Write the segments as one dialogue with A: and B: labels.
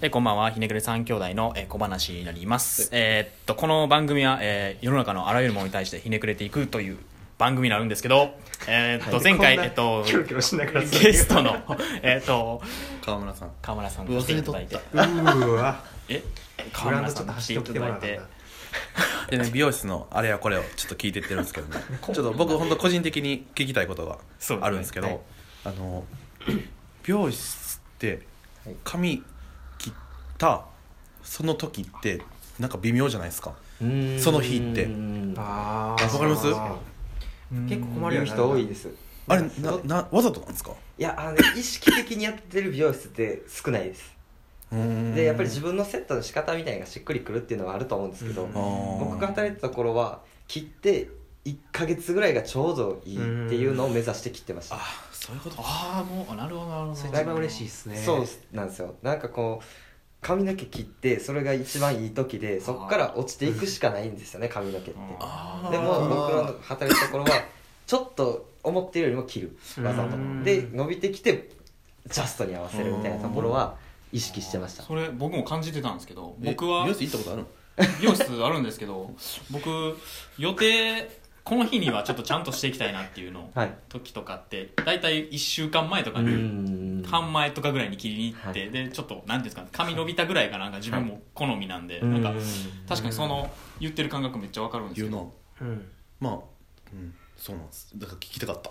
A: えーこんばんはひねくれ三兄弟の、えー小話になります、えーっとこの番組は、えー世の中のあらゆるものに対してひねくれていくという番組になるんですけど、えーっと前回、えーっと
B: キョロキョロしながらする
A: ゲスト のえーっと
C: 川村さん
A: 川村さんが来て
C: 忘
A: い
C: れ
A: た
C: と
A: だい
C: ってた
B: うーわ
A: え
B: ブ
A: 川
B: ラン
A: 村
B: ドち
A: さん
B: ょっ
A: が来
B: と走
A: て
B: っ
A: い
B: て
A: た
B: きてもら
A: だ
B: わ
A: い
B: なかってた
C: でね美容室のあれやこれをちょっと聞いてってるんですけどね ちょっと僕本当個人的に聞きたいことが
A: そうですね
C: あるんですけど
A: はい
C: あの美容室って髪切ったその時ってなんか微妙じゃないですかその日って
B: あ
C: あわかります
B: 結構困るよね
D: 言う人多いです
C: あれ
D: す
C: な
D: ごい
C: なわざとなんですか
D: いやあのね意識的にやってる美容室って少ないですで
C: で
D: やっぱり自分のセットの仕方みたいなのがしっくりくるっていうのはあると思うんですけど、
B: うん
D: 僕が働いてた頃は切って1ヶ月ぐらいがちょうどいいっていうのを目指して切ってました
C: あそういうことか
A: ああもうなるほどなるほど
B: それだいぶ嬉しいですね
D: そうなんですよなんかこう髪の毛切ってそれが一番いい時でそこから落ちていくしかないんですよね髪の毛って
A: うん
C: あー
D: でも僕の働いた頃はちょっと思ってるよりも切るわざと
B: うん
D: で伸びてきてジャストに合わせるみたいなところは意識してました
A: それ僕も感じてたんですけど
C: え
A: 僕は
C: 美容室行ったことあるの
A: 美容室あるんですけど僕予定この日にはちょっとちゃんとしていきたいなっていうのを
D: はい
A: 時とかって大体1週間前とか
D: う
A: に
D: ん
A: 半前とかぐらいに切りに行って、
D: は
A: でちょっと何ていうんですかね髪伸びたぐらいがなんか自分も好みなんで、
D: うん
A: なんか確かにその言ってる感覚めっちゃわかるんです
C: 言
A: けど
C: うの
B: うん
C: まあうんそうなんですだから聞きたかった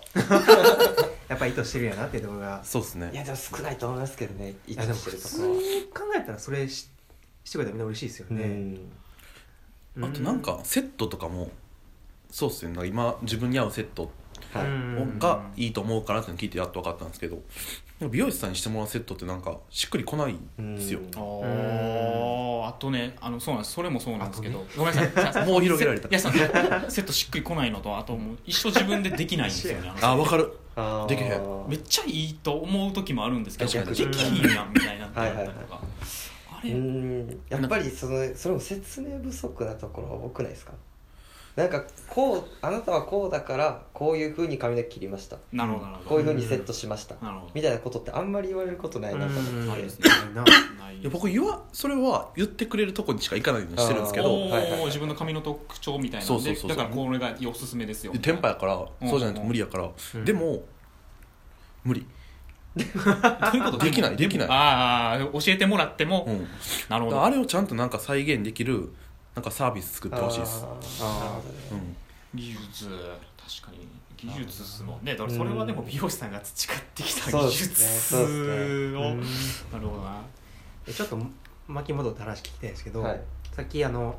B: やっぱ意図してるやなっていうところが
C: そうですね
D: いやでも少ないと思いますけどね意
B: いやでも
D: 識して
B: 普
D: ると
B: 通
D: ころは
B: に考えたらそれししてくれたらみんな嬉しいですよ
D: う
B: ね
D: ん
B: う
C: あとなんかセットとかもそうっすよねなんか今自分に合うセット
D: はい
B: うん
C: がいいと思うからっていうの聞いてやっと分かったんですけど美容師さんにしてもらうセットってなんかしっくりこないんですよ
D: うん
A: おーあとねあのそうなんですそれもそうなんですけど、ごめんなさい
C: もう広げられた
A: いやそのセットしっくりこないのとあともう一生自分でできないんですよねあの
C: あ分かる
D: あー
C: できへん
A: めっちゃいいと思う時もあるんですけど
C: 確
A: で
C: かに
A: きひんやんみたいなのってあったりとかあ
D: う
A: れ
D: んやっぱりそのそれも説明不足なところは多くないですかなんかこうあなたはこうだからこういうふうに髪の毛切りました
A: なるほどなるほ
D: こう
A: ど
D: いうふうにセットしました
A: なるほ
D: みたいなことってあんまり言われることないなと思って
B: うん
A: どあれですね
B: な
A: ない
C: いや僕言わそれは言ってくれるとこにしか行かないようにしてるんですけ
A: お
C: ど
A: ー
D: はいはいはい
A: 自分の髪の特徴みたいな
C: そ
A: ん
C: うそ
A: で
C: うそう
A: だからこれがおすすめですよ
C: テンパやから
A: うん
C: そうじゃないと無理やから
B: うん
C: でも無理
A: どういうこと
C: できないできない
A: ああ教えてもらっても、
C: うん
A: なるほど
C: あれをちゃんとなんか再現できるなんかサービス作ってほしいです
D: あ
C: うん
A: 技術確かに技術ですもんねだからそれはでも美容師さんが培ってきた
D: そう
A: 技
D: です
A: 術
D: ねそうです
A: を、
B: うん
A: なるほどな
B: えちょっと巻き戻って話聞きたいんですけ
D: ー
B: ど、
D: はい
B: さっきあの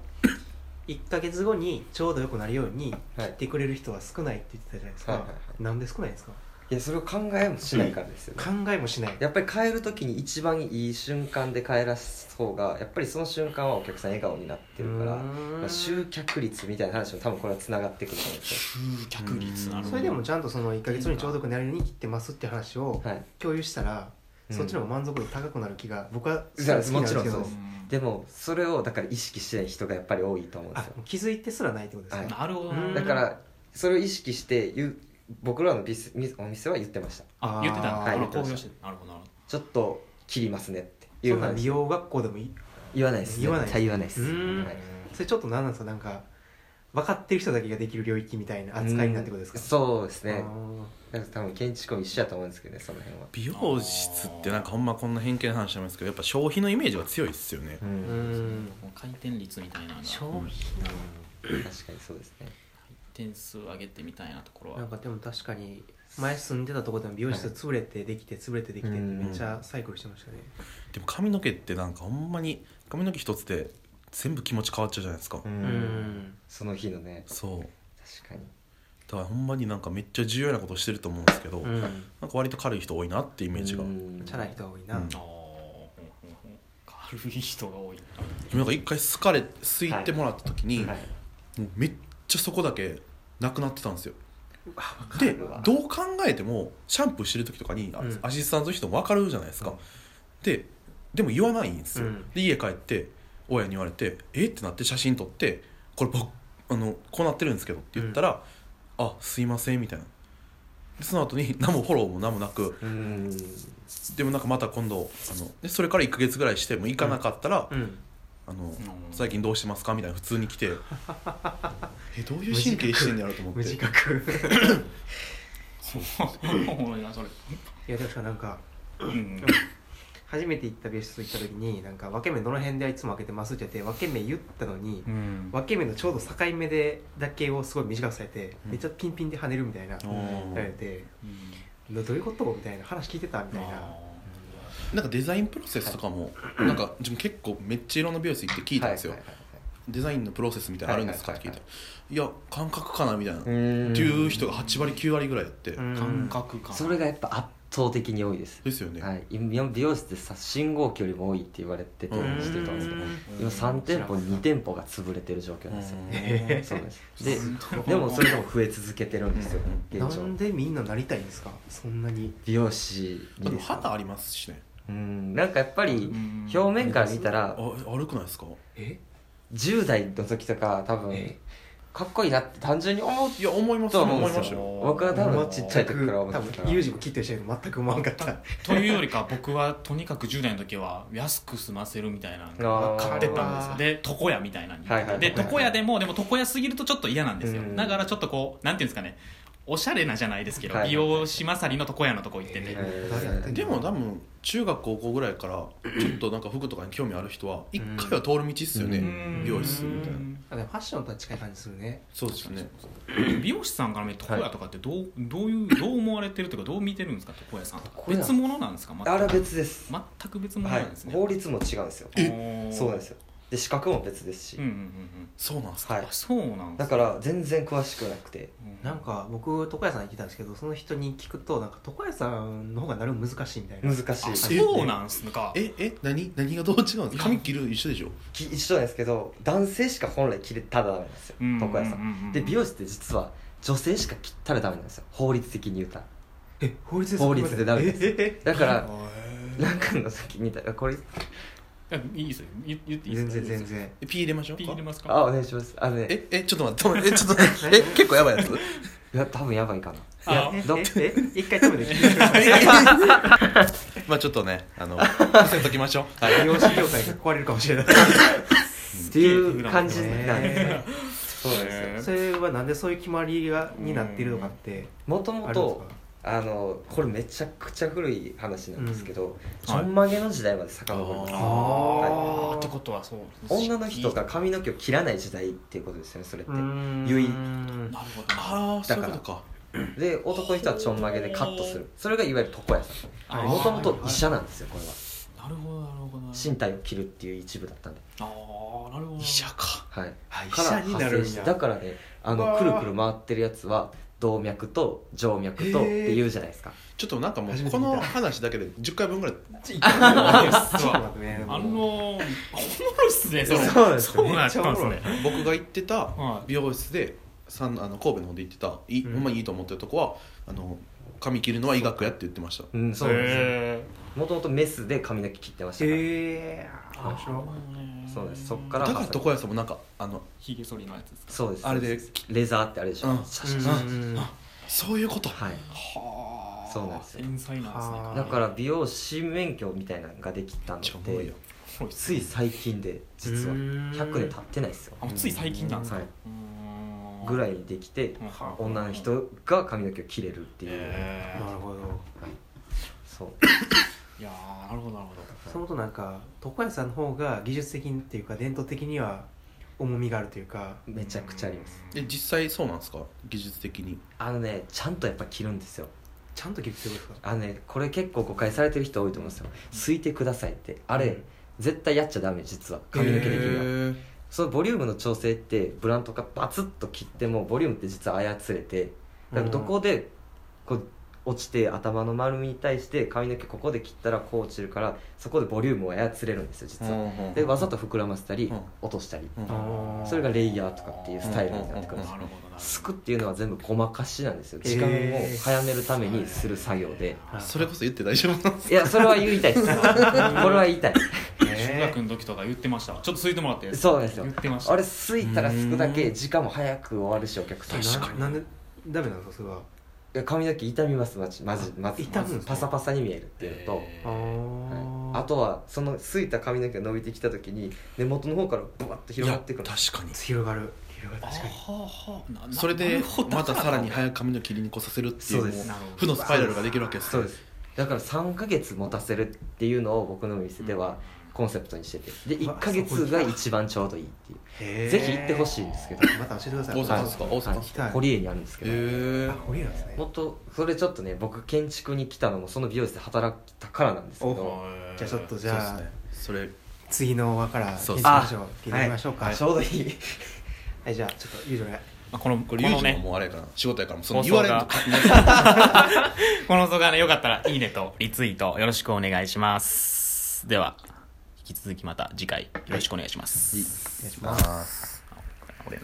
B: 1か月後にちょうど良くなるように切ってくれる人は少ないって言ってたじゃないですか、
D: はいはいは
B: なんで少ないんですか
D: いやそれを考えもしないからですよね、
B: 考えもしない
D: やっぱり変える時に一番いい瞬間で変えらす方がやっぱりその瞬間はお客さん笑顔になってるから、
B: うーん
D: まあ、集客率みたいな話も多分これはつながってくると思うんです
A: 集客率なるほど
B: それでもちゃんとその1か月後にちょうど良くなるように切ってますって話を
D: よ、はい、
B: 共有したら、
D: うん
B: そっちの方が満足度高くなる気が僕は
D: じゃあもちろん
B: けど
D: そう
A: う
D: です
A: ん
D: でもそれをだから意識してない人がやっぱり多いと思うんです
B: あ
D: よ
B: 気づいてすらないってことですか、
A: な
D: はい
A: るほどな
B: うん
D: だからそれを意識して言う僕らのビスみお店は言ってました
A: あ言ってた
B: あー
A: あ
D: はい
A: の
D: 言って
A: 公表
D: ました
A: してなるほどなるほど
D: ちょっと切りますねってい
B: そ
D: うん
B: なん美
D: 話
B: 容学校でもいい
D: 言わないです
B: 言わない
D: 絶対言わないです
B: うーん
D: はい
B: それちょっと何なんですかなんか分かってる人だけができる領域みたいな扱いになるってことですか、
D: うんそうです
B: あ
D: ね
B: ー
D: なんか多分建築も一緒やと思うんですけどねその辺は
C: 美容室ってなんかほんまこんな偏見の話しますけどやっぱ消費のイメージが強いっすよね
D: う
B: うんん
A: もう回転率みたいなのが
B: 消費
D: 確かにそうですね
A: 点数上げてみたいなところは
B: なんかでも確かに前住んでたとこでも美容室潰れてできて潰れてできてってめっちゃサイクルしてましたね、
C: でも髪の毛ってなんかほんまに髪の毛一つで全部気持ち変わっちゃうじゃないですか、
B: うん
D: その日のね
C: そう
D: 確かに
C: だからほんまになんかめっちゃ重要なことしてると思うんですけど、
B: うん
C: なんか割と軽い人多いなってイメージが、
D: うん
B: チャラい人が多いな、
C: うん
A: あーほんほんほん軽い人が多いな
C: なんか一回好かれすいてもらった時に、
D: はい
C: もうめっちゃそこだけなくなってたんですよ
D: か
C: で
D: るわ
C: どう考えてもシャンプーしてる時とかに、あ
B: うん
C: アシスタントの人も分かるじゃないですか、
B: うん
C: ででも言わないんですよ、
B: うん
C: で家帰って親に言われて「えっ?」てなって写真撮って「これ僕あのこうなってるんですけど」って言ったら「あすいません」みたいなでその後に 何もフォローも何もなく
D: うん
C: でもなんかまた今度あのでそれから1か月ぐらいしても行かなかったら、
B: うん
C: あの最近どうしてますかみたいな普通に来 てえどういう神経してんだろうと思
B: 無
C: っ
B: 自
C: て
B: 覚
A: おもろいなそれ
B: いやでもさなんか
A: うん
B: 初めて行った別室行った時になんか分け目どの辺でいつも開けてますって言って分け目言ったのに、
A: うん
B: 分け目のちょうど境目でだけをすごい短くされて、
C: うん
B: めっちゃピンピンで跳ねるみたいな、
C: お
B: やられ
C: ー
B: てどどういうことみたいな話聞いてたみたいな
C: なんかデザインプロセスとかも、なんか自分結構めっちゃいろんな美容室行って聞いたんですよ、
D: はいはいはいはい
C: デザインのプロセスみたいなのあるんですかっ
D: はい
C: て
D: はい
C: 聞い
D: は
C: た
D: いは
C: ら「いや感覚かな」みたいな、
D: う
C: っ
D: ん
C: ていう人が8割9割ぐらいやって、
B: うん
A: 感覚か
D: それがやっぱ圧倒的に多いです、
C: ですよね、
D: はい、今美容室ってさ信号機よりも多いって言われてて
C: うん
D: してたんですけど
A: うん
D: 今3店舗に2店舗が潰れてる状況なんですよ
C: うん
B: へ
D: そうなんです
A: で
D: ででもそれでも増え続けてるんですよ
B: な
D: 現状
B: んでみんななりたいんですかそんなに
D: 美容師
C: あ
D: に
C: でも
D: ですか
C: 肌ありますしね
D: うんなんかやっぱり
A: うん
D: 表面から見た
C: あ
D: ら
C: 悪くないですか
B: え
D: 10代の時とか多分かっこいいなって単純に思う
C: いや思います
D: と
C: よ
D: は思うん
C: 思
D: で
C: い
D: すよ
C: ましたよ
D: 僕は多
A: 俺も
D: 分
A: ち
D: ち
A: っ
D: っ
A: ち
D: ち
A: ゃ
D: ゃい時から思
B: 多
D: ってたか
B: 分
D: ら
B: ユージも聞いてる人より全く思わんかった
A: というよりか僕はとにかく10代の時は安く済ませるみたいなの
D: あ
A: が
D: ー
A: 買ってたんですよで床屋みたいなのに
D: はいはいはい
A: で床屋でもでも床屋すぎるとちょっと嫌なんですよ
D: うん
A: だからちょっとこうなんていうんですかねおしゃれなじゃないですけど
D: はい
A: 美容師まさりの床屋のとこ行ってて
B: え
D: え
B: 誰やってんの
D: ー
C: でも多分中学高校ぐらいからちょっとなんか服とかに興味ある人は一回は通る道っすよね、
D: う
A: うん
C: 美容室みたいな
B: あでもファッションとは近い感じするね
C: そうですよね
A: 美容師さんから見て床屋とかってどうどういうどう思われてるというかどう見てるんですか床屋さんとか
D: 床屋
A: 別物なんですか
D: あれ
A: 全
D: は
A: く
D: 別です
A: 全く別物
D: は
A: ないんですね、
D: 法律も違うんですよ
A: おー
D: そうなんですよで資格も別ですし、
A: うんうんうんうん
C: そうなんですか、
D: はい
A: あそうなんで
D: だ
A: す
D: から全然詳しくなくて
A: う
B: なんか僕床屋さん行ってたんですけどその人に聞くとなんか床屋さんの方がなるの難しいみたいな
D: 難し
A: あ
D: い
A: そうなんすか
C: ええ何何がどう違うんですか髪切る一緒でしょ
D: き一緒なんですけど男性しか本来切れたらダメなんですよ
A: うん
D: 床屋さ
A: うんうんうんうん
D: んで美容師って実は女性しか切ったらダメなんですよ法律的に言うたら
B: え法律で
D: 法律でダメです
B: え
D: だから
A: え
D: なんかの時見たらこれ
A: ーいいですよ言言っていいで
B: 全
A: す
B: 然
A: か
B: 全然
C: えピー入れましょう
A: ピ
C: か
A: ー入れますか
D: あお願いしますあのね
C: ええちょっと待って待ってえちょっ と待ってえ結構やばいやつ
D: いや多分やばいかな
B: え
A: あ
B: え
D: ど
B: ええ一回止めて聞いてください
C: まあちょっとね あの伏せときましょうはい
B: 美容師業界が壊れるかもしれない
D: っていう感じなんですよ
B: へ
D: そうなんですよ
B: それはなんでそういう決まりがになっているのかって
D: もと
B: あ
D: も
B: るんです
D: とあのこれめちゃくちゃ古い話なんですけど、ち
A: はい
D: ょんまげの時代まで遡るんです
A: あ
D: よ
A: ー
D: は
A: ってことはそう
D: 女の人が髪の毛を切らない時代っていうことですよねそれって
B: かうん
D: ゆい
A: なるほどな
C: ああそういうことか
D: で男の人はちょんまげでカットするそれがいわゆる床屋さ
A: あー
D: んもともと医者なんですよこれは
A: なるほどなるほどなるほど
D: 身体を切るっていう一部だったんで
A: あーなるほど
C: 医者か
D: はい
B: あ医
D: から
B: 者になるん
D: し
B: や
D: だからねあ
B: うわ
D: の
B: ー
D: くるくる回ってるやつは動脈と静脈とっていうじゃないですか
C: ちょっとなんかも
B: 初め
C: うこ
B: て見た
C: の話だけで10回分ぐらい
B: ちょっと待
A: ちょっと
B: ってね
A: あのー、おもろいっすねそれ
D: そうですよね
A: そうなったんです
B: め
A: ね
B: っ
C: 僕が行ってた
A: はい
C: 美容室でさんあの神戸の方で行ってたいい
B: うん
C: ほんまにいいと思ってるとこはあの髪切るのは医学やって言ってました
D: うんそうなんですよ
A: へ
D: もともとメスで髪の毛切ってましたから、
B: えー、面白い
A: ー
D: そうですそっから
C: だから床屋さんもなんかあの
A: ひげ剃りのやつですか
D: そうです
C: あれで
D: レザーってあれでしょ、
C: うん
D: シャシャシャシャ
B: うん
C: そういうこと
D: はい
A: はあ
D: そうなんですよ
A: 天才なんですね
B: はあ
D: だから美容師免許みたいなのができたの
C: めっちゃおもろい
D: で
C: よ
A: おもろいっす
D: つい最近で実は
B: うん
D: 100年経ってないですよ
A: あもうつい最近なんですか
D: はいう
A: ーん
D: ぐらいにできて
A: はあ
D: 女の人が髪の毛を切れるっていう、
A: え
B: なるほど
D: そう
A: ーいやーなるほどなるほど
B: そのとなんか床屋さんの方が技術的にっていうか伝統的には重みがあるというか
D: めちゃくちゃあります
C: え実際そうなんですか技術的に
D: あのねちゃんとやっぱ切るんですよ
B: ちゃんと切るってことですか
D: あのねこれ結構誤解されてる人多いと思うんですよ「すいてください」ってあれ、
B: うん
D: 絶対やっちゃダメ実は髪の毛できるよ、
C: へー
D: そのボリュームの調整ってブランドがバツッと切ってもボリュームって実は操れてだからどこでこう落ちて頭の丸みに対して髪の毛ここで切ったらこう落ちるからそこでボリュームを操れるんですよ実は、でわざと膨らませたり、
C: うん
D: 落としたり、
C: うん
B: あー
D: それがレイヤーとかっていうスタイルになってく
A: な
D: るんで
A: る
D: す
A: ほ
D: よ
A: どなる
D: す
A: ほ
D: くっていうのは全部ごまかしなんですよ
B: へー
D: 時間を早めるためにする作業で、
B: はい
C: それこそ言って大丈夫なんです
D: いやそれは言いたいです これは言いたい
A: ど中学の時とか言ってましたわちょっとすいてもらって
D: そうですよ
A: 言ってました
D: あれすいたらすくだけ時間も早く終わるしお客さ
B: な
D: ん
B: なんでダメなんですかそれは
D: や髪の毛傷みますまじまじまず
B: 傷むんですね
D: パサパサに見えるっていうのと、
A: え
B: あ
A: ー
D: はいあ
B: ー
D: とはそのすいた髪の毛が伸びてきた時に根元の方からブワッと広がってくる
C: いや確かに
B: 広がる広がる確かに
A: はあはあなな
C: それ
A: な
C: で
A: るほど
C: またさらに
A: だ
C: 早く髪の切りにこさせるっていう
D: そうで
C: もう
D: す
A: なるほど
C: 負のスパイラルができるわけです
D: そうですだから3ヶ月持たせるっていうのを僕の店ではコンセプトにしててで
B: うわ
D: 1ヶ月が一番ちょうどいいっていう
B: へー
D: ぜひ行ってほしいんですけど
B: また教えてください
C: 大阪ですか
B: はい
C: 大阪
D: はい
B: 行きたい
D: 堀江にあるんですけど、
C: へ
B: あ堀江なんですね
D: もっとそれちょっとね僕建築に来たのもその美容室で働いたからなんですけ
A: なる
D: ど
A: ほど
B: じゃあちょっと
C: え
B: じゃあ、
C: それ
B: 次の輪から
C: そう
B: 聞いてみ
C: そう
B: ましょう聞いてみましょうか
D: あ
B: はい
D: ちょうどいい
B: じゃあちょっとゆうじょね
A: まあこの
C: こ
A: こ
C: れユー
A: の
C: ジの
A: ね
C: もうあれやからな仕事やからもうそ
A: 放
C: の言わ
A: 送
C: れる
A: が この放送がねよかったらいいねとリツイートよろしくお願いしますでは引き続きまた次回よろしくお願いします、
B: お願いします
C: ああ
A: 俺の